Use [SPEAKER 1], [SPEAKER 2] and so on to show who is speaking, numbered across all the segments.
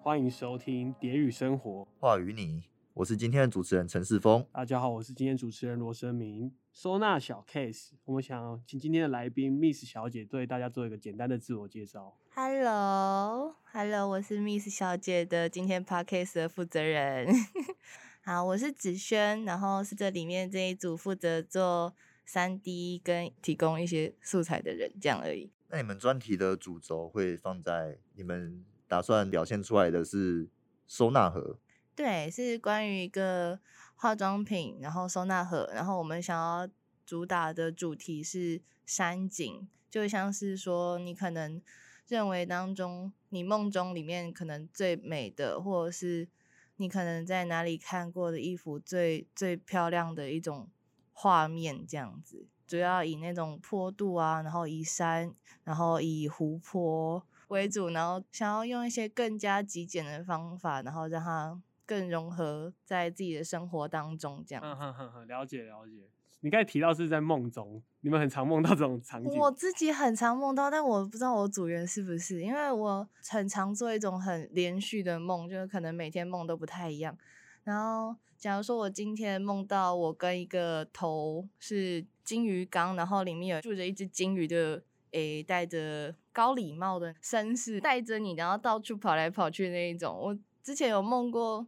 [SPEAKER 1] 欢迎收听《蝶语生活》。
[SPEAKER 2] 话与你，我是今天的主持人陈世峰。
[SPEAKER 1] 大家好，我是今天主持人罗生明。收纳小 case，我们想请今天的来宾 Miss 小姐对大家做一个简单的自我介绍。
[SPEAKER 3] Hello，Hello，我是 Miss 小姐的今天 Podcast 的负责人。好，我是子轩，然后是这里面这一组负责做三 D 跟提供一些素材的人，这样而已。
[SPEAKER 2] 那你们专题的主轴会放在你们打算表现出来的是收纳盒，
[SPEAKER 3] 对，是关于一个化妆品，然后收纳盒，然后我们想要主打的主题是山景，就像是说你可能认为当中你梦中里面可能最美的，或者是你可能在哪里看过的衣服最最漂亮的一种画面，这样子，主要以那种坡度啊，然后以山，然后以湖泊为主，然后想要用一些更加极简的方法，然后让它更融合在自己的生活当中，这样。
[SPEAKER 1] 嗯哼哼哼，了解了解。你刚才提到是在梦中，你们很常梦到这种场景。
[SPEAKER 3] 我自己很常梦到，但我不知道我组员是不是，因为我很常做一种很连续的梦，就是可能每天梦都不太一样。然后，假如说我今天梦到我跟一个头是金鱼缸，然后里面有住着一只金鱼的，诶，戴着高礼帽的绅士，带着你，然后到处跑来跑去那一种。我之前有梦过，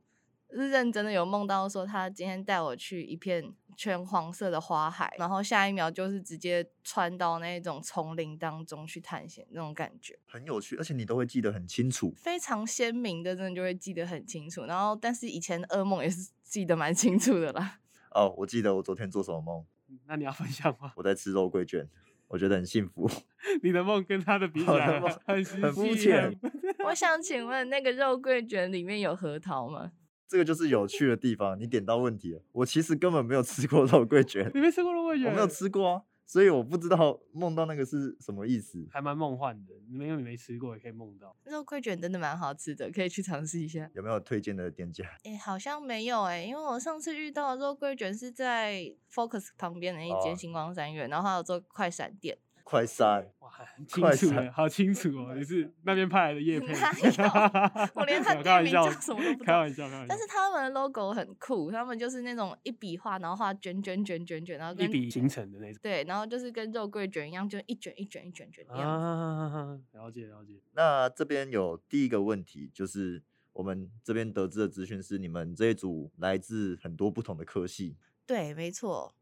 [SPEAKER 3] 是认真的有梦到说他今天带我去一片全黄色的花海，然后下一秒就是直接穿到那种丛林当中去探险，那种感觉
[SPEAKER 2] 很有趣，而且你都会记得很清楚。
[SPEAKER 3] 非常鲜明的，真的就会记得很清楚。然后，但是以前的噩梦也是记得蛮清楚的啦。
[SPEAKER 2] 哦，我记得我昨天做什么梦，
[SPEAKER 1] 那你要分享吗？
[SPEAKER 2] 我在吃肉桂卷，我觉得很幸福。
[SPEAKER 1] 你的梦跟他的比起
[SPEAKER 2] 我的
[SPEAKER 1] 来
[SPEAKER 2] 梦
[SPEAKER 1] 很啊实
[SPEAKER 2] 很肤
[SPEAKER 1] 际
[SPEAKER 2] 浅
[SPEAKER 1] 很
[SPEAKER 3] 我想请问，那个肉桂卷里面有核桃吗？
[SPEAKER 2] 这个就是有趣的地方，你点到问题了。我其实根本没有吃过肉
[SPEAKER 1] ，
[SPEAKER 2] 桂卷
[SPEAKER 1] 你没吃过肉桂卷？
[SPEAKER 2] 我没有，吃过啊，所以我不知道梦到那个是什么意思。
[SPEAKER 1] 还蛮梦幻的。你们因为你没吃过，也可以梦到。
[SPEAKER 3] 肉桂卷真的蛮好吃的，可以去尝试一下。
[SPEAKER 2] 有没有推荐的店家？
[SPEAKER 3] 诶、好像没有诶、因为我上次遇到的肉桂卷是在 Focus 旁边的一
[SPEAKER 2] 哦
[SPEAKER 3] 间星光三月，然后还有做快闪店。
[SPEAKER 2] 快塞！
[SPEAKER 1] 哇，很清
[SPEAKER 2] 快
[SPEAKER 1] 楚
[SPEAKER 2] 闪
[SPEAKER 1] 欸，好清楚哦，你是那边派来的叶配。
[SPEAKER 3] 哪有 我连他
[SPEAKER 1] 没有
[SPEAKER 3] 店
[SPEAKER 1] 开玩
[SPEAKER 3] 名
[SPEAKER 1] 笑
[SPEAKER 3] 叫
[SPEAKER 1] 的
[SPEAKER 3] 什么都不知
[SPEAKER 1] 开
[SPEAKER 3] 道
[SPEAKER 1] 玩笑，开玩笑。
[SPEAKER 3] 但是他们的 logo 很酷，他们就是那种一笔画，然后画卷卷卷卷卷，然后
[SPEAKER 1] 一
[SPEAKER 3] 跟
[SPEAKER 1] 笔形成的那种。
[SPEAKER 3] 对，然后就是跟肉桂卷一样，就一卷一卷一卷卷这样子。
[SPEAKER 1] 啊，了解了解。
[SPEAKER 2] 那这边有第一个问题，就是我们这边得知的资讯是，你们这一组来自很多不同的科系，
[SPEAKER 3] 对，没错。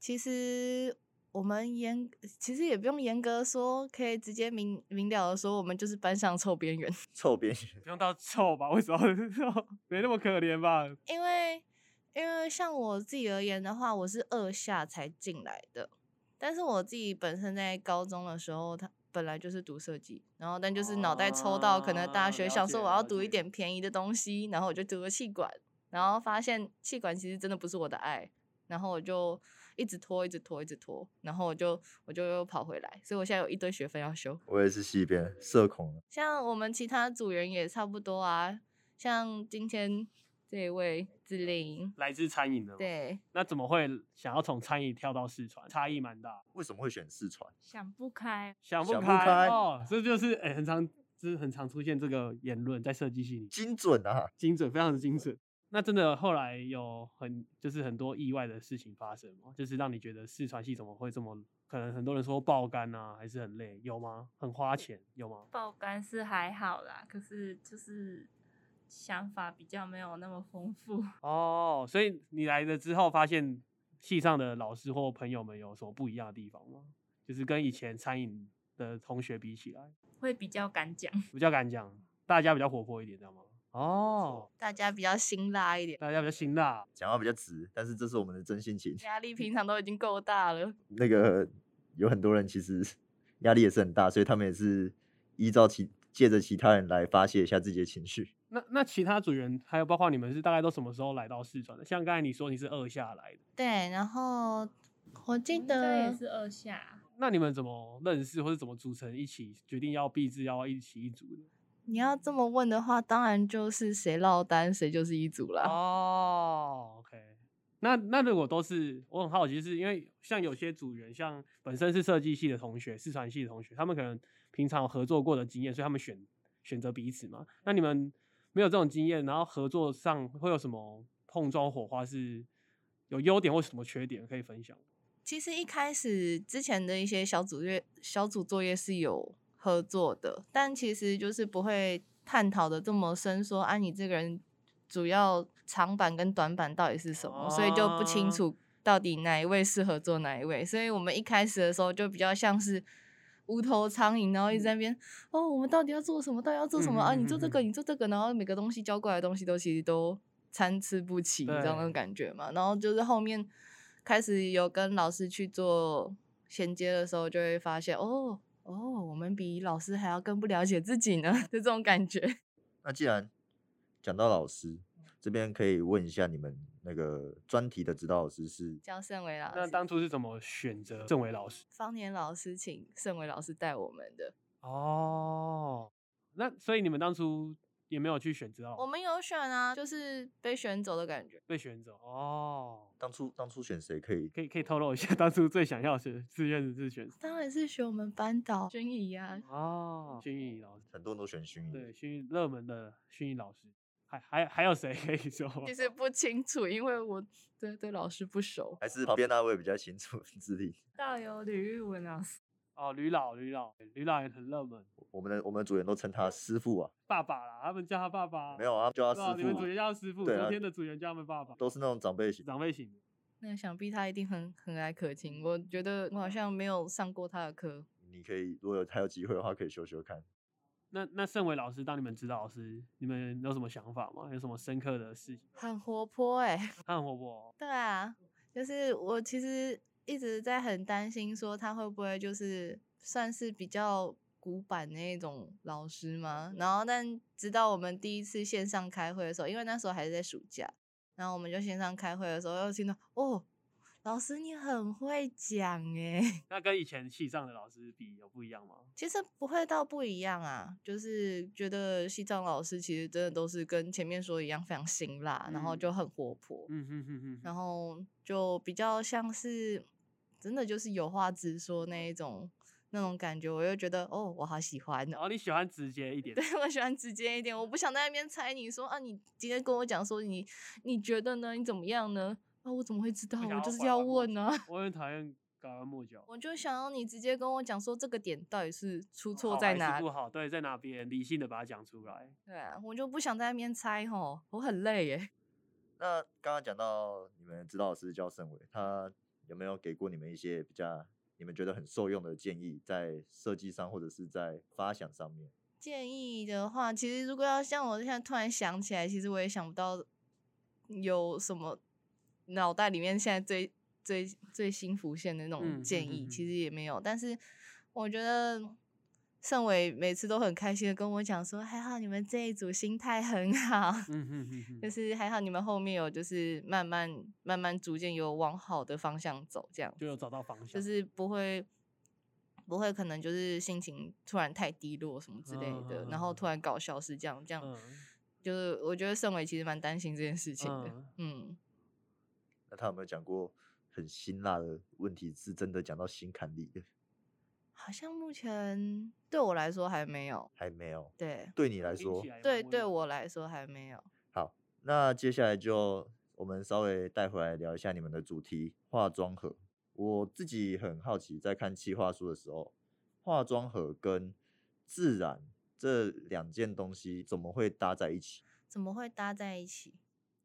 [SPEAKER 3] 其实我们严，其实也不用严格说，可以直接明明了的说，我们就是班上凑边缘。
[SPEAKER 2] 臭边缘。
[SPEAKER 1] 不用到臭吧？为什么 没那么可怜吧？
[SPEAKER 3] 因为因为像我自己而言的话，我是二下才进来的，但是我自己本身在高中的时候，他本来就是读设计，然后但就是脑袋抽到，可能
[SPEAKER 1] 哦
[SPEAKER 3] 大学
[SPEAKER 1] 了
[SPEAKER 3] 想说
[SPEAKER 1] 解
[SPEAKER 3] 我要
[SPEAKER 1] 了
[SPEAKER 3] 读一
[SPEAKER 1] 解
[SPEAKER 3] 点便宜的东西，然后我就读了气管，然后发现气管其实真的不是我的爱，然后我就一直拖，一直拖，一直拖，然后我就我就又跑回来，所以我现在有一堆学分要修。
[SPEAKER 2] 我也是系边社恐，
[SPEAKER 3] 像我们其他组员也差不多啊，像今天这一位子玲，
[SPEAKER 1] 来自餐饮的，，哦
[SPEAKER 3] 对。
[SPEAKER 1] 那怎么会想要从餐饮跳到四川？差异蛮大，
[SPEAKER 2] 为什么会选四川？
[SPEAKER 4] 想不开，
[SPEAKER 1] 想不
[SPEAKER 2] 想不开
[SPEAKER 1] 哦，这就是哎、很常，就是很常出现这个言论在设计系里，
[SPEAKER 2] 精准啊！
[SPEAKER 1] 精准，非常的精准。那真的后来有很就是很多意外的事情发生吗？就是让你觉得四川系怎么会这么？可能很多人说爆肝啊，还是很累，有吗？很花钱，有吗？
[SPEAKER 4] 爆肝是还好啦，可是就是想法比较没有那么丰富。
[SPEAKER 1] 哦，所以你来了之后，发现系上的老师或朋友们有什么不一样的地方吗？就是跟以前餐饮的同学比起来，
[SPEAKER 4] 会比较敢讲，
[SPEAKER 1] 比较敢讲，大家比较活泼一点，知道吗？哦，
[SPEAKER 3] 大家比较辛辣一点，
[SPEAKER 1] 大家比较辛辣，
[SPEAKER 2] 讲话比较直，但是这是我们的真性情。
[SPEAKER 3] 压力平常都已经够大了。
[SPEAKER 2] 那个有很多人其实 压力也是很大，所以他们也是依照其借着其他人来发泄一下自己的情绪。
[SPEAKER 1] 那那其他组员还有包括你们是大概都什么时候来到四川的？像刚才你说你是二下来的，
[SPEAKER 3] 对，然后我记
[SPEAKER 4] 我们嗯这
[SPEAKER 3] 得
[SPEAKER 4] 也是二下。
[SPEAKER 1] 那你们怎么认识或是怎么组成一起决定要毕制要一起一组的？
[SPEAKER 3] 你要这么问的话，当然就是谁落单谁就是一组啦。
[SPEAKER 1] 哦，OK，那那如果都是，我很好奇，是因为像有些组员，像本身是设计系的同学、视传系的同学，他们可能平常有合作过的经验，所以他们选选择彼此嘛。那你们没有这种经验，然后合作上会有什么碰撞火花是有优点或什么缺点可以分享？
[SPEAKER 3] 其实一开始之前的一些小组月小组作业是有合作的，但其实就是不会探讨的这么深说，啊，你这个人主要长板跟短板到底是什么，所以就不清
[SPEAKER 1] 哦
[SPEAKER 3] 楚到底哪一位适合做哪一位。所以我们一开始的时候就比较像是。无头苍蝇，然后一直在那边哦，我们到底要做什么？到底要做什么、啊？你做这个，
[SPEAKER 1] 嗯嗯嗯嗯嗯
[SPEAKER 3] 你做这个，然后每个东西交过来的东西都其实都参差不齐，这样的
[SPEAKER 1] 对
[SPEAKER 3] 感觉嘛。然后就是后面开始有跟老师去做衔接的时候，就会发现哦哦，我们比老师还要更不了解自己呢， 就这种感觉。
[SPEAKER 2] 那既然讲到老师这边，可以问一下你们那个专题的指导老师是
[SPEAKER 3] 叫盛伟老
[SPEAKER 1] 那
[SPEAKER 3] 师，
[SPEAKER 1] 当初是怎么选择政委老师？
[SPEAKER 3] 方年老师请盛伟老师带我们的。
[SPEAKER 1] 哦，那所以你们当初也没有去选择
[SPEAKER 3] 我
[SPEAKER 1] 哦，
[SPEAKER 3] 们有选啊，就是被选走的感觉。
[SPEAKER 1] 被选走哦。
[SPEAKER 2] 当初当初选谁可以？
[SPEAKER 1] 可以可以透露一下当初最想要选志愿是选谁？
[SPEAKER 3] 当然是选我们班导君怡啊，
[SPEAKER 1] 哦，薰衣老师，
[SPEAKER 2] 很多人都选薰衣，
[SPEAKER 1] 对，薰衣热门的薰衣老师，还还还有谁可以说？
[SPEAKER 3] 其实不清楚，因为我对对老师不熟。
[SPEAKER 2] 还是旁边那位比较清 楚自立。
[SPEAKER 4] 到有吕玉文老师，
[SPEAKER 1] 哦，吕老吕老吕老也很热门，
[SPEAKER 2] 我们的我们的组员都称他师傅啊，
[SPEAKER 1] 爸爸啦，他们叫他爸爸，
[SPEAKER 2] 没有啊，叫
[SPEAKER 1] 对啊，
[SPEAKER 2] 他师
[SPEAKER 1] 你们组
[SPEAKER 2] 傅
[SPEAKER 1] 员，叫他师傅，
[SPEAKER 2] 对
[SPEAKER 1] 昨
[SPEAKER 2] 啊
[SPEAKER 1] 天的组员叫他们爸爸，
[SPEAKER 2] 都是那种长辈型。
[SPEAKER 1] 长辈型的。
[SPEAKER 3] 那想必他一定很很爱可亲，我觉得我好像没有上过他的课。
[SPEAKER 2] 你可以如果有他有机会的话，可以修修看。
[SPEAKER 1] 那那盛伟老师当你们指导老师，你们有什么想法吗？有什么深刻的事情？
[SPEAKER 3] 很活泼哎、
[SPEAKER 1] 他很活泼哦，
[SPEAKER 3] 对啊，就是我其实一直在很担心，说他会不会就是算是比较古板那一种老师嘛。然后，但直到我们第一次线上开会的时候，因为那时候还是在暑假，然后我们就线上开会的时候，又听到哦，老师你很会讲欸诶、
[SPEAKER 1] 那跟以前系上的老师比有不一样吗？
[SPEAKER 3] 其实不会到不一样啊，就是觉得西藏老师其实真的都是跟前面说一样非常辛辣，然后
[SPEAKER 1] 嗯
[SPEAKER 3] 就很活泼，
[SPEAKER 1] 嗯哼哼哼
[SPEAKER 3] 然
[SPEAKER 1] 哼，
[SPEAKER 3] 后就比较像是真的就是有话直说那一种那种感觉，我就觉得哦，我好喜欢
[SPEAKER 1] 然
[SPEAKER 3] 哦。
[SPEAKER 1] 后你喜欢直接一点，
[SPEAKER 3] 对，我喜欢直接一点，我不想在那边猜你说啊，你今天跟我讲说你你觉得呢？你怎么样呢？啊，我怎么会知道？
[SPEAKER 1] 想
[SPEAKER 3] 我
[SPEAKER 1] 要
[SPEAKER 3] 就是
[SPEAKER 1] 拐
[SPEAKER 3] 要
[SPEAKER 1] 弯抹
[SPEAKER 3] 问
[SPEAKER 1] 角
[SPEAKER 3] 啊。
[SPEAKER 1] 我很讨厌拐弯抹角。
[SPEAKER 3] 我就想要你直接跟我讲说这个点到底是出错
[SPEAKER 1] 哦好
[SPEAKER 3] 在
[SPEAKER 1] 还是
[SPEAKER 3] 哪里
[SPEAKER 1] 不。好，对，在哪边？理性的把它讲出来。
[SPEAKER 3] 对啊，我就不想在那边猜吼，我很累耶。
[SPEAKER 2] 那刚刚讲到你们指导老师叫盛伟，他有没有给过你们一些比较你们觉得很受用的建议，在设计上或者是在发想上面？
[SPEAKER 3] 建议的话，其实如果要像我现在突然想起来，其实我也想不到有什么脑袋里面现在最最最新浮现的那
[SPEAKER 1] 嗯
[SPEAKER 3] 种
[SPEAKER 1] 嗯
[SPEAKER 3] 建
[SPEAKER 1] 嗯
[SPEAKER 3] 议，
[SPEAKER 1] 嗯
[SPEAKER 3] 其实也没有。但是我觉得盛伟每次都很开心的跟我讲说，还好你们这一组心态很好。
[SPEAKER 1] 嗯哼哼哼，
[SPEAKER 3] 就是还好你们后面有，就是慢慢慢慢逐渐有往好的方向走，这样
[SPEAKER 1] 就有找到方向，
[SPEAKER 3] 就是不会不会可能就是心情突然太低落什么之类的，然后突然搞消失这样这样，
[SPEAKER 1] 嗯
[SPEAKER 3] 就是我觉得盛伟其实蛮担心这件事情的，
[SPEAKER 1] 嗯，
[SPEAKER 3] 嗯。
[SPEAKER 2] 那他有没有讲过很辛辣的问题，是真的讲到心坎里的？
[SPEAKER 3] 好像目前对我来说还没有，
[SPEAKER 2] 还没有。
[SPEAKER 3] 对
[SPEAKER 2] 对你来
[SPEAKER 1] 听
[SPEAKER 2] 说
[SPEAKER 1] 起，来
[SPEAKER 3] 对，
[SPEAKER 1] 蛮温
[SPEAKER 3] 对
[SPEAKER 1] 暖
[SPEAKER 3] 我
[SPEAKER 1] 的
[SPEAKER 3] 来说还没有。
[SPEAKER 2] 好，那接下来就我们稍微带回来聊一下你们的主题化妆盒。我自己很好奇，在看企划书的时候，化妆盒跟自然这两件东西怎么会搭在一起？
[SPEAKER 3] 怎么会搭在一起？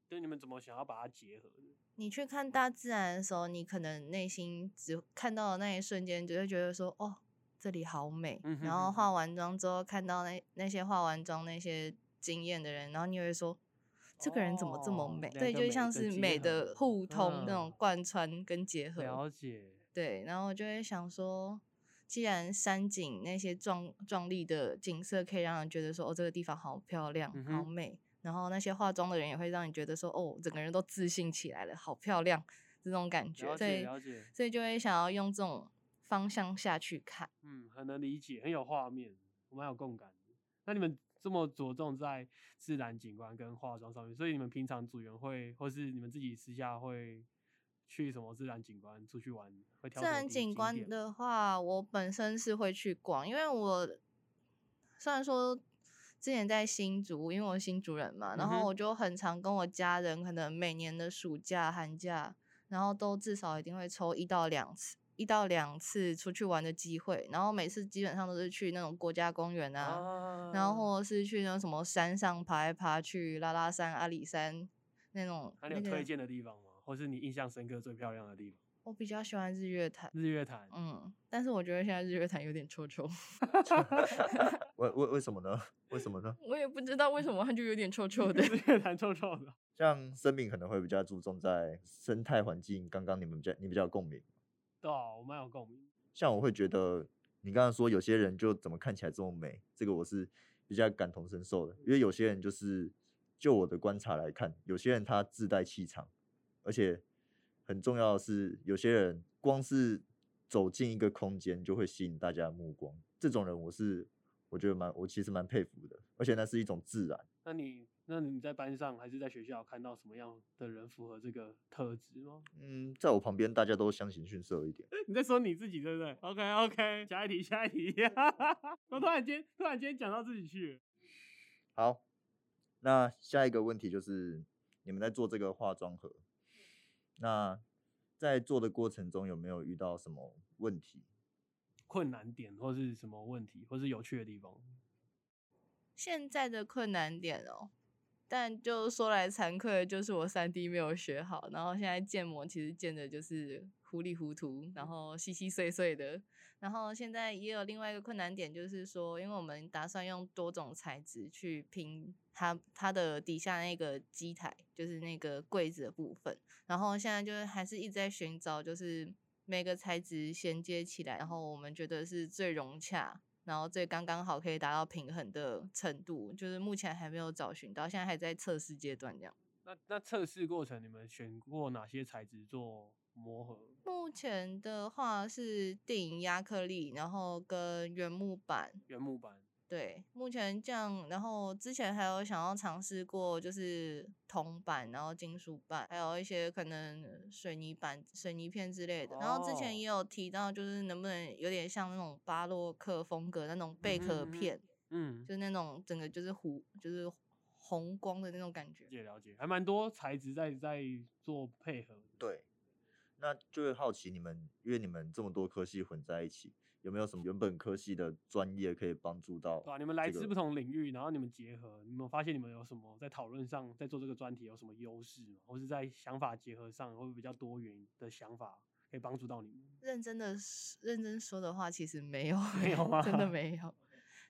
[SPEAKER 1] 对你们怎么想要把它结合的？
[SPEAKER 3] 你去看大自然的时候，你可能内心只看到的那一瞬间，就会觉得说，哦，这里好美。
[SPEAKER 1] 嗯哼
[SPEAKER 3] 然
[SPEAKER 1] 哼
[SPEAKER 3] 后
[SPEAKER 1] 哼
[SPEAKER 3] 化完妆之后，看到那那些化完妆那些惊艳的人，然后你也会说，这个人怎么这么
[SPEAKER 1] 哦
[SPEAKER 3] 美？
[SPEAKER 1] 两
[SPEAKER 3] 对，
[SPEAKER 1] 个
[SPEAKER 3] 就
[SPEAKER 1] 美
[SPEAKER 3] 像
[SPEAKER 1] 的
[SPEAKER 3] 是
[SPEAKER 1] 结
[SPEAKER 3] 美的
[SPEAKER 1] 合
[SPEAKER 3] 互通那种
[SPEAKER 1] 嗯
[SPEAKER 3] 贯穿跟结合。
[SPEAKER 1] 了解，
[SPEAKER 3] 对，然后我就会想说，既然山景那些壮壮丽的景色可以让人觉得说，哦，这个地方好漂亮，
[SPEAKER 1] 嗯
[SPEAKER 3] 好
[SPEAKER 1] 哼
[SPEAKER 3] 美。然后那些化妆的人也会让你觉得说，哦，整个人都自信起来了，好漂亮，这种感觉。
[SPEAKER 1] 了
[SPEAKER 3] 所
[SPEAKER 1] 解
[SPEAKER 3] 以
[SPEAKER 1] 了解
[SPEAKER 3] 所以就会想要用这种方向下去看。
[SPEAKER 1] 嗯，很能理解，很有画面，我蛮有共感的。那你们这么着重在自然景观跟化妆上面，所以你们平常组员会，或是你们自己私下会去什么自然景观出去玩？会挑
[SPEAKER 3] 自
[SPEAKER 1] 什么
[SPEAKER 3] 然
[SPEAKER 1] 景
[SPEAKER 3] 景观
[SPEAKER 1] 点
[SPEAKER 3] 的话，我本身是会去逛，因为我虽然说之前在新竹，因为我是新竹人嘛，然
[SPEAKER 1] 嗯哼
[SPEAKER 3] 后我就很常跟我家人，可能每年的暑假、寒假，然后都至少一定会抽一到两次。一到两次出去玩的机会，然后每次基本上都是去那种国家公园啊，
[SPEAKER 1] 哦
[SPEAKER 3] 然后或者是去那种什么山上爬来爬去，拉拉山、阿里山那种。
[SPEAKER 1] 啊那你有
[SPEAKER 3] 那个
[SPEAKER 1] 推荐的地方吗？或是你印象深刻最漂亮的地方？
[SPEAKER 3] 我比较喜欢日月潭，
[SPEAKER 1] 日月潭，。
[SPEAKER 3] 嗯，但是我觉得现在日月潭有点臭臭，
[SPEAKER 2] 为为为什么呢？为什么呢？
[SPEAKER 3] 我也不知道为什么它就有点臭臭的
[SPEAKER 1] 日月潭臭臭的，
[SPEAKER 2] 像生命可能会比较注重在生态环境，刚刚你们比较你比较有共鸣。
[SPEAKER 1] 对啊，我蛮有共鸣。
[SPEAKER 2] 像我会觉得，你刚刚说有些人就怎么看起来这么美，这个我是比较感同身受的，因为有些人就是就我的观察来看，有些人他自带气场，而且很重要的是，有些人光是走进一个空间就会吸引大家的目光，这种人我是我觉得蛮我其实蛮佩服的，而且那是一种自然。
[SPEAKER 1] 那你那你在班上还是在学校看到什么样的人符合这个特质吗？
[SPEAKER 2] 嗯，在我旁边大家都相形逊色一点。
[SPEAKER 1] 你在说你自己对不对？OK OK，下一 题，下一题。我突然间突然间讲到自己去了，
[SPEAKER 2] 好，那下一个问题就是你们在做这个化妆盒，那在做的过程中有没有遇到什么问题？
[SPEAKER 1] 困难点或是什么问题，或是有趣的地方？
[SPEAKER 3] 现在的困难点哦，但就说来惭愧，就是我三 D 没有学好，然后现在建模其实建的就是糊里糊涂，然后稀稀碎碎的。然后现在也有另外一个困难点，就是说，因为我们打算用多种材质去拼它它的底下那个机台，就是那个柜子的部分。然后现在就是还是一直在寻找，就是每个材质衔接起来，然后我们觉得是最融洽，然后最刚刚好可以达到平衡的程度，就是目前还没有找寻到，现在还在测试阶段这样。
[SPEAKER 1] 那那测试过程，你们选过哪些材质做磨合？
[SPEAKER 3] 目前的话是电影亚克力，然后跟原木板，
[SPEAKER 1] 原木板，
[SPEAKER 3] 对，目前这样，然后之前还有想要尝试过，就是铜板，然后金属板，还有一些可能水泥板、水泥片之类的。然后之
[SPEAKER 1] 哦
[SPEAKER 3] 前也有提到，就是能不能有点像那种巴洛克风格那种
[SPEAKER 1] 嗯
[SPEAKER 3] 贝
[SPEAKER 1] 哼
[SPEAKER 3] 壳
[SPEAKER 1] 嗯哼
[SPEAKER 3] 片，
[SPEAKER 1] 嗯，
[SPEAKER 3] 就是那种整个就是糊，就是红光的那种感觉
[SPEAKER 1] 了。解了解，还蛮多材质在在做配合的。
[SPEAKER 2] 对，那就会好奇你们，因为你们这么多科系混在一起，有没有什么原本科系的专业可以帮助到？
[SPEAKER 1] 对啊，你们来自不，同领域，然后你们结合，你们发现你们有什么在讨论上，在做这个专题有什么优势吗？或是在想法结合上，会不会比较多元的想法可以帮助到你们？
[SPEAKER 3] 认真的认真说的话，其实没有，
[SPEAKER 1] 没有吗
[SPEAKER 3] 真的没有。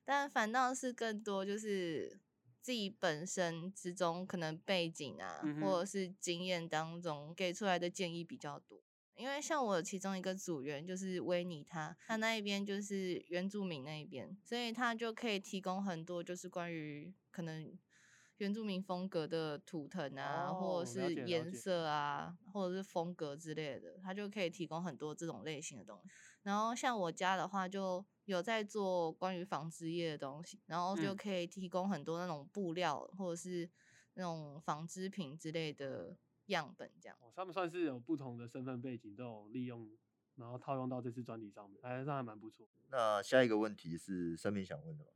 [SPEAKER 3] 但反倒是更多就是自己本身之中可能背景啊，
[SPEAKER 1] 嗯哼
[SPEAKER 3] 或者是经验当中给出来的建议比较多。因为像我其中一个组员就是维尼他，他那一边就是原住民那一边，所以他就可以提供很多就是关于可能原住民风格的图腾啊，
[SPEAKER 1] 哦
[SPEAKER 3] 或者
[SPEAKER 1] 了
[SPEAKER 3] 是
[SPEAKER 1] 解了
[SPEAKER 3] 颜
[SPEAKER 1] 解
[SPEAKER 3] 色啊，或者是风格之类的，他就可以提供很多这种类型的东西。然后像我家的话，就有在做关于纺织业的东西，然后就
[SPEAKER 1] 嗯
[SPEAKER 3] 可以提供很多那种布料或者是那种纺织品之类的样本这样。
[SPEAKER 1] 哦，他们算是有不同的身份背景都有利用，然后套用到这次专题上面，哎，那还蛮不错。
[SPEAKER 2] 那下一个问题是生命想问的吗？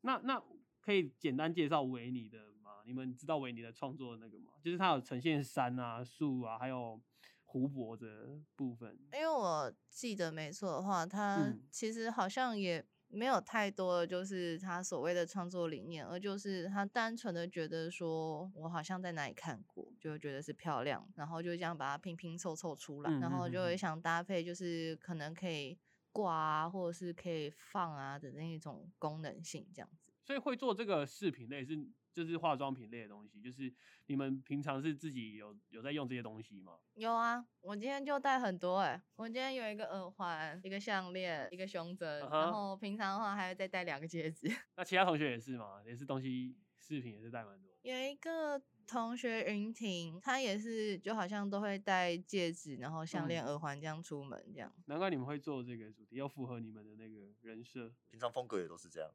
[SPEAKER 1] 那那可以简单介绍维尼的吗？你们知道维尼的创作那个吗？就是他有呈现山啊、树啊，还有湖泊的部分。
[SPEAKER 3] 因为我记得没错的话，他
[SPEAKER 1] 嗯
[SPEAKER 3] 其实好像也没有太多的就是他所谓的创作理念，而就是他单纯的觉得说，我好像在哪里看过，就会觉得是漂亮，然后就这样把它拼拼凑凑出来，
[SPEAKER 1] 嗯嗯
[SPEAKER 3] 然后
[SPEAKER 1] 嗯
[SPEAKER 3] 就会
[SPEAKER 1] 嗯
[SPEAKER 3] 想搭配，就是可能可以挂啊，或者是可以放啊的那一种功能性这样子。
[SPEAKER 1] 所以会做这个饰品类是就是化妆品类的东西，就是你们平常是自己有有在用这些东西吗？
[SPEAKER 3] 有啊，我今天就戴很多哎、我今天有一个耳环，一个项链，一个胸针
[SPEAKER 1] 啊哈
[SPEAKER 3] 然后平常的话还会再戴两个戒指。
[SPEAKER 1] 那其他同学也是吗？也是东西饰品也是带蛮多的。
[SPEAKER 3] 有一个同学云婷，她也是就好像都会戴戒指，然后
[SPEAKER 1] 嗯
[SPEAKER 3] 项链、耳环这样出门这样。
[SPEAKER 1] 难怪你们会做这个主题，要符合你们的那个人设。
[SPEAKER 2] 平常风格也都是这样，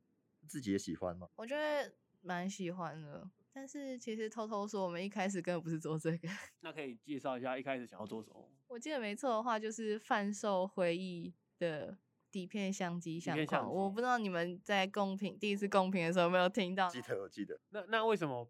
[SPEAKER 2] 自己也喜欢吗？
[SPEAKER 3] 我觉得蛮喜欢的。但是其实偷偷说，我们一开始根本不是做这个。
[SPEAKER 1] 那可以介绍一下一开始想要做什么吗？
[SPEAKER 3] 我记得没错的话，就是贩售回忆的底片相机相
[SPEAKER 1] 片
[SPEAKER 3] 框。
[SPEAKER 1] 相
[SPEAKER 3] 我
[SPEAKER 1] 机
[SPEAKER 3] 不知道你们在共评第一次共评的时候有没有听到，
[SPEAKER 2] 记得我记得，
[SPEAKER 1] 那那为什么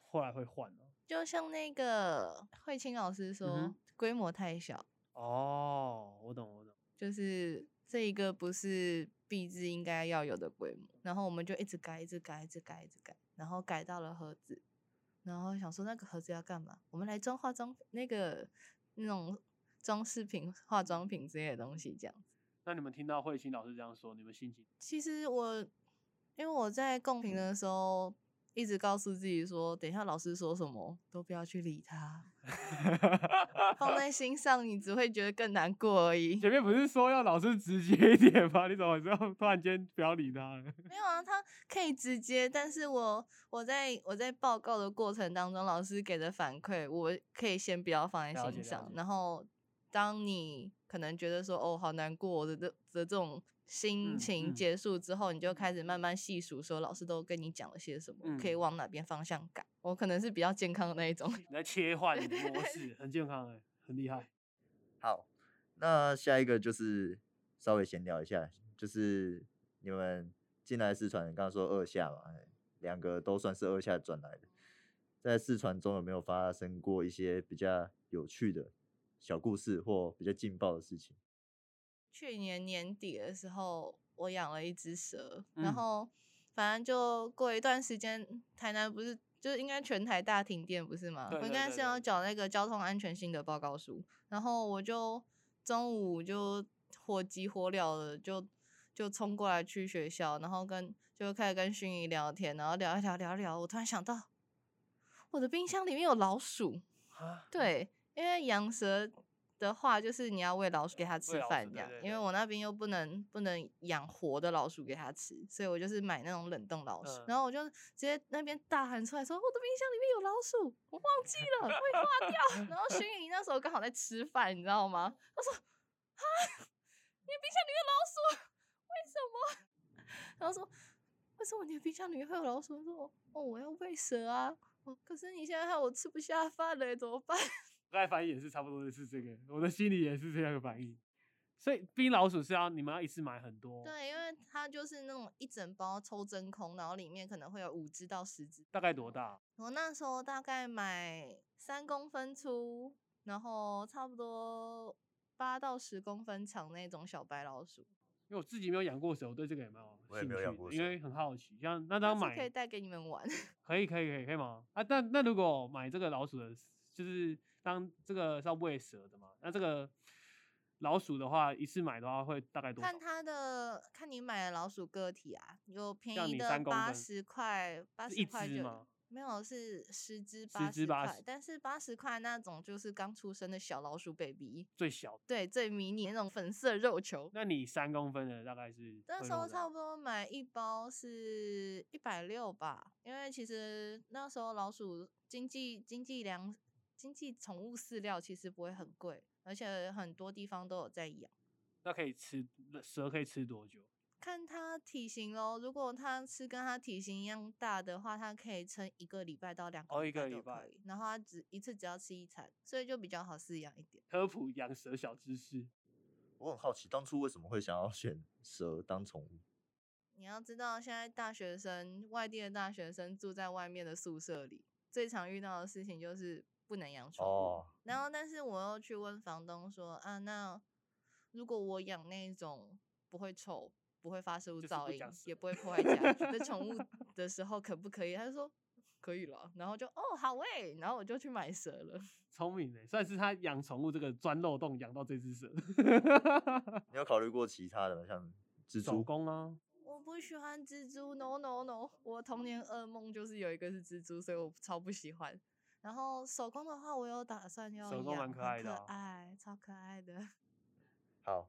[SPEAKER 1] 后来会换呢？
[SPEAKER 3] 就像那个慧清老师说，
[SPEAKER 1] 嗯哼
[SPEAKER 3] 规模太小，
[SPEAKER 1] 哦，我懂我懂，
[SPEAKER 3] 就是这一个不是毕制应该要有的规模，然后我们就一直改，一直改，一直改，一直改，然后改到了盒子，然后想说那个盒子要干嘛？我们来装化妆那个那种装饰品、化妆品之类的东西，这样子。
[SPEAKER 1] 那你们听到慧清老师这样说，你们心情
[SPEAKER 3] 其实我因为我在共评的时候。一直告诉自己说，等一下老师说什么都不要去理他，放在心上，你只会觉得更难过而已。
[SPEAKER 1] 前面不是说要老师直接一点吗？你怎么知道突然间不要理他了？
[SPEAKER 3] 没有啊，他可以直接，但是我我在我在报告的过程当中，老师给的反馈，我可以先不要放在
[SPEAKER 1] 了
[SPEAKER 3] 心
[SPEAKER 1] 解了
[SPEAKER 3] 上
[SPEAKER 1] 解。
[SPEAKER 3] 然后，当你可能觉得说哦好难过的这的这种心
[SPEAKER 1] 嗯
[SPEAKER 3] 情
[SPEAKER 1] 嗯
[SPEAKER 3] 结束之后，你就开始慢慢细数说老师都跟你讲了些什么，可以
[SPEAKER 1] 嗯
[SPEAKER 3] 往哪边方向改。我可能是比较健康的那一种。
[SPEAKER 1] 你在切换
[SPEAKER 3] 对对
[SPEAKER 1] 模
[SPEAKER 3] 对
[SPEAKER 1] 式，很健康哎、很厉害。
[SPEAKER 2] 好，那下一个就是稍微闲聊一下，就是你们进来四川，刚刚说二下嘛，两个都算是二下转来的，在四川中有没有发生过一些比较有趣的小故事或比较劲爆的事情？
[SPEAKER 3] 去年年底的时候，我养了一只蛇，
[SPEAKER 1] 嗯
[SPEAKER 3] 然后反正就过一段时间，台南不是就应该全台大停电不是吗？
[SPEAKER 1] 对
[SPEAKER 3] 我应
[SPEAKER 1] 对
[SPEAKER 3] 该
[SPEAKER 1] 对
[SPEAKER 3] 是要
[SPEAKER 1] 对
[SPEAKER 3] 缴那个交通安全性的报告书，然后我就中午就火急火燎的就就冲过来去学校，然后跟就开始跟薰怡聊天，然后聊一聊聊一聊，我突然想到我的冰箱里面有老鼠，
[SPEAKER 1] 啊，
[SPEAKER 3] 对，因为养蛇的话，就是你要喂老鼠给它吃
[SPEAKER 1] 老
[SPEAKER 3] 饭
[SPEAKER 1] 鼠
[SPEAKER 3] 这
[SPEAKER 1] 对
[SPEAKER 3] 样。
[SPEAKER 1] 对
[SPEAKER 3] 因为
[SPEAKER 1] 对
[SPEAKER 3] 我那边又不能不能养活的老鼠给它吃，所以我就是买那种冷冻老鼠。
[SPEAKER 1] 嗯
[SPEAKER 3] 然后我就直接那边大喊出来说：“我的冰箱里面有老鼠，我忘记了，会化掉。”然后薰怡那时候刚好在吃饭，你知道吗？他说：“啊，你冰箱里面有老鼠，啊为什么？”然后说：“为什么你的冰箱里面会有老鼠？”我说：“哦，我要喂蛇啊。”哦，可是你现在害我吃不下饭了，怎么办？
[SPEAKER 1] 我刚才反应也是差不多的是这个，我的心里也是这样的反应。所以冰老鼠是要你们要一次买很多，，
[SPEAKER 3] 对，因为它就是那种一整包抽真空，然后里面可能会有五只到十只。
[SPEAKER 1] 大概啊多大？
[SPEAKER 3] 我那时候大概买三公分粗，然后差不多八到十公分长那种小白老鼠，
[SPEAKER 1] 因为我自己没有养过蛇，我对这个也蛮有
[SPEAKER 2] 我也
[SPEAKER 1] 兴
[SPEAKER 2] 没有养
[SPEAKER 1] 趣的
[SPEAKER 2] 过
[SPEAKER 1] 因
[SPEAKER 2] 蛇
[SPEAKER 1] 为很好奇。像那
[SPEAKER 3] 下
[SPEAKER 1] 当
[SPEAKER 3] 次
[SPEAKER 1] 买
[SPEAKER 3] 可以带给你们玩。
[SPEAKER 1] 可以可以可以可以吗？啊，那那如果买这个老鼠的，就是当这个是要喂蛇的嘛？那这个老鼠的话，一次买的话会大概多少？
[SPEAKER 3] 看它的，看你买的老鼠个体啊，有
[SPEAKER 1] 像
[SPEAKER 3] 便宜
[SPEAKER 1] 你
[SPEAKER 3] 的
[SPEAKER 1] 3公
[SPEAKER 3] 八
[SPEAKER 1] 分
[SPEAKER 3] 十块，八
[SPEAKER 1] 是一
[SPEAKER 3] 十块
[SPEAKER 1] 只
[SPEAKER 3] 就
[SPEAKER 1] 吗
[SPEAKER 3] 没有是十只
[SPEAKER 1] 10
[SPEAKER 3] 八
[SPEAKER 1] 只
[SPEAKER 3] 十块
[SPEAKER 1] 80，
[SPEAKER 3] 但是八十块那种就是刚出生的小老鼠 baby，
[SPEAKER 1] 最小，
[SPEAKER 3] 对，最迷你那种粉色肉球。
[SPEAKER 1] 那你三公分的大概是
[SPEAKER 3] 那
[SPEAKER 1] 会
[SPEAKER 3] 时候
[SPEAKER 1] 落在
[SPEAKER 3] 差不多买一包是一百六吧，因为其实那时候老鼠经济经济粮经济宠物饲料其实不会很贵，而且很多地方都有在养。
[SPEAKER 1] 那可以吃蛇可以吃多久？
[SPEAKER 3] 看它体型咯，如果它吃跟它体型一样大的话，它可以撑一个礼拜到两
[SPEAKER 1] 哦
[SPEAKER 3] 个
[SPEAKER 1] 一个
[SPEAKER 3] 都
[SPEAKER 1] 礼拜
[SPEAKER 3] 可以。然后它只一次只要吃一餐，所以就比较好饲养一点。
[SPEAKER 1] 科普养蛇小知识，
[SPEAKER 2] 我很好奇，当初为什么会想要 选蛇当宠物？
[SPEAKER 3] 你要知道，现在大学生，外地的大学生住在外面的宿舍里，最常遇到的事情就是不能养宠物。
[SPEAKER 2] 哦，
[SPEAKER 3] 然后，但是我又去问房东说啊，那如果我养那种不会臭、不会发出
[SPEAKER 1] 就是
[SPEAKER 3] 噪
[SPEAKER 1] 不
[SPEAKER 3] 音
[SPEAKER 1] 讲、
[SPEAKER 3] 也
[SPEAKER 1] 蛇
[SPEAKER 3] 不会破坏家具的宠 物的时候，可不可以？他就说可以了。然后就哦好喂、然后我就去买蛇了。
[SPEAKER 1] 聪明的，算是他养宠物这个钻漏洞养到这只蛇，
[SPEAKER 2] 你有考虑过其他的吗？像蜘
[SPEAKER 1] 手
[SPEAKER 2] 蛛？
[SPEAKER 1] 工啊，
[SPEAKER 3] 我不喜欢蜘蛛，no no no！我 童年噩梦就是有一个是蜘蛛，所以我超不喜欢。然后手工的话，我有打算要
[SPEAKER 1] 手工蛮
[SPEAKER 3] 养
[SPEAKER 1] 可
[SPEAKER 3] 很
[SPEAKER 1] 爱的
[SPEAKER 3] 可
[SPEAKER 1] 啊
[SPEAKER 3] 爱，超可爱的。
[SPEAKER 2] 好，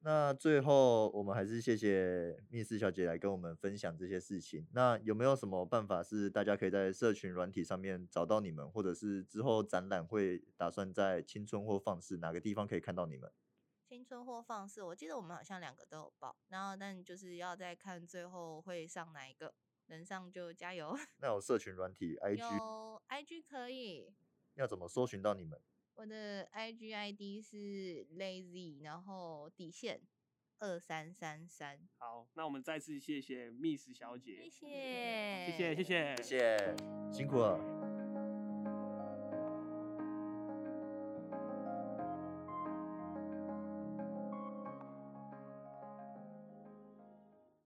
[SPEAKER 2] 那最后我们还是谢谢密室小姐来跟我们分享这些事情。那有没有什么办法是大家可以在社群软体上面找到你们，或者是之后展览会打算在青春或放肆哪个地方可以看到你们？
[SPEAKER 3] 青春或放肆，我记得我们好像两个都有报，然后但就是要再看最后会上哪一个，能上就加油。
[SPEAKER 2] 那有社群软体 IG
[SPEAKER 3] 有 IG 可以，
[SPEAKER 2] 要怎么搜寻到你们？
[SPEAKER 3] 我的 IG ID 是 lazy，然后底线二三三三，
[SPEAKER 1] 好，那我们再次谢谢 Miss 小姐，
[SPEAKER 4] 谢谢，
[SPEAKER 1] 谢谢，谢谢，
[SPEAKER 2] 谢谢，辛苦了。